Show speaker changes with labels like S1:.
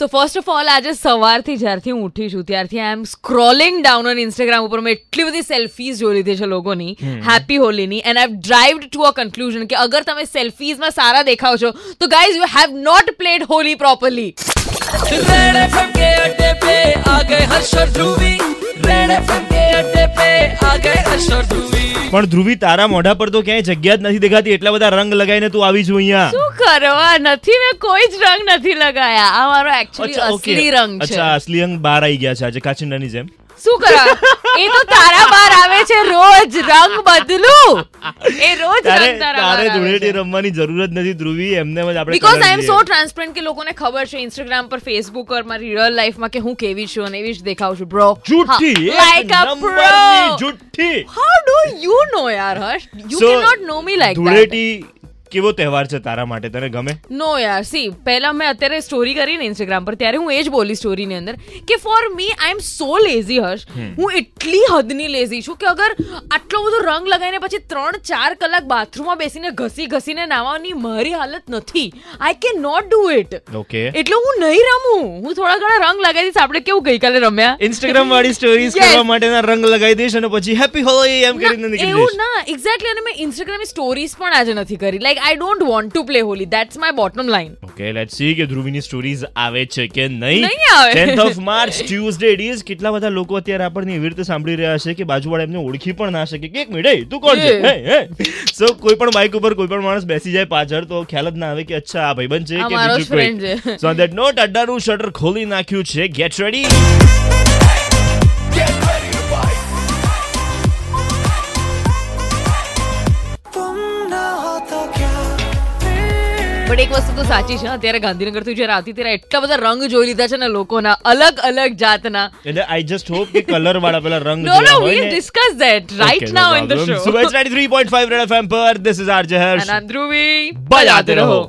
S1: So first of all આજે સવારથી જ્યારથી હું ઉઠી છું ત્યારથી I am scrolling down on Instagram ઉપર મેં એટલી બધી સેલ્ફીઝ જોઈ લીધી છે લોકોની હેપી હોલીની and I drived to a conclusion કે અગર તમે સેલ્ફીઝમાં સારા દેખાવ છો તો guys you have not played Holi properly
S2: red FM के अड्डे पे आ गए हर्ष और ध्रुवी रेड एफएम के अड्डे पे आ गए हर्ष और ध्रुवी
S3: પણ ધ્રુવી તારા મોઢા પર તો ક્યાંય જગ્યા જ નથી દેખાતી એટલા બધા રંગ લગાઈને તું આવી છું અહીંયા
S1: શું કરો આ નથી મેં કોઈ જ રંગ નથી લગાયા આ મારો એકચ્યુઅલી
S3: अच्छा, okay.
S1: અસલી રંગ છે
S3: અચ્છા અસલી રંગ બહાર આવી ગયા છે આજે કાચિંડાની જેમ
S1: શું કરવા એ તો તારા બહાર આવે છે રોજ રંગ બદલું એ રોજ
S3: તારે
S1: રંગ તારા બહાર
S3: તારે
S1: આવે છે.
S3: ધૂળેટી રમવાની જરૂર જ નથી ધ્રુવી એમને જ આપણે
S1: બિકોઝ
S3: colour
S1: આઈ એમ
S3: દઈએ.
S1: સો ટ્રાન્સપરન્ટ કે લોકોને ખબર છે ઇન્સ્ટાગ્રામ પર ફેસબુક પર મારી રિયલ લાઈફમાં કે હું કેવી છું અને એવી જ દેખાઉં છું બ્રો
S3: જુઠ્ઠી એક
S1: લાઈક અ પ્રો
S3: નંબરની જુઠ્ઠી
S1: હાઉ ડુ યુ નો યાર Harsh you
S3: So,
S1: can not know me like that
S3: Dhuleti કેવો તહેવાર છે તારા માટે તને ગમે
S1: નો યાર સી પહેલા મેં અત્યારે સ્ટોરી કરી ને ઇન્સ્ટાગ્રામ પર ત્યારે હું એ જ બોલી સ્ટોરીની અંદર કે for me I M so lazy હર્ષ હું એટલી હદની લેઝી છું કે અગર આટલો બધો રંગ લગાવીને પછી ત્રણ ચાર કલાક બાથરૂમમાં બેસીને ઘસી ઘસીને નાવાની મારી હાલત નથી I can not do it
S3: okay
S1: એટલે હું નહીં રમું હું થોડા ઘણા રંગ લગાવી દઈશ આપણે કેવું ગઈકાલે રમ્યા
S3: ઇન્સ્ટાગ્રામ વાળી સ્ટોરીઝ
S1: Yes.
S3: કરવા માટેના રંગ લગાવી દઈશ અને પછી હેપી હોલી એમ કરીને
S1: ના,
S3: નીકળી
S1: એવું
S3: જઈશ
S1: ના એક્ઝેક્ટલી અને મેં ઇન્સ્ટાગ્રામની સ્ટોરીઝ પણ આજે નથી કરી like I don't want to play Holi that's my bottom line
S3: okay let's see કે ધ્રુવીની સ્ટોરીઝ આવે છે કે નહીં
S1: નહીં આવે.
S3: 10th of March Tuesday it is કેટલા બધા લોકો અત્યારે આપણને એવી રીતે સાંભળી રહ્યા છે કે બાજુવાળા એમને ઓળખી પણ ના શકે કે એક મિનિટ એ તું કોણ છે
S1: Yeah.
S3: હે હે સો કોઈ પણ બાઇક ઉપર કોઈ પણ માણસ બેસી જાય પાછળ તો ખ્યાલ જ ના આવે કે અચ્છા આ ભાઈબંધ છે
S1: આ
S3: કે
S1: મારો જ
S3: બીજું
S1: friend છે.
S3: કોઈ સો ધેટ નોટ અડ્ડાનું શટર ખોલી નાખ્યું છે ગેટ રેડી
S2: तुम ना हो तो क्या
S1: પણ એક વસ્તુ તો સાચી છે અત્યારે ગાંધીનગરથી જ્યારે આવતી ત્યારે એટલા બધા રંગ જોઈ લીધા છે ને લોકોના અલગ અલગ જાતના
S3: એટલે આઈ જસ્ટ હોપ કે કલર વાળા પેલા રંગ
S1: નો નો
S3: જોયા
S1: વી
S3: હોય ને
S1: discuss that right now in the show
S3: સુભાઈ 93.5 રેડ એફએમ પર ધીસ ઇઝ આરજે હર્ષ
S1: અનંદ્રુવી
S3: બજાતે રહો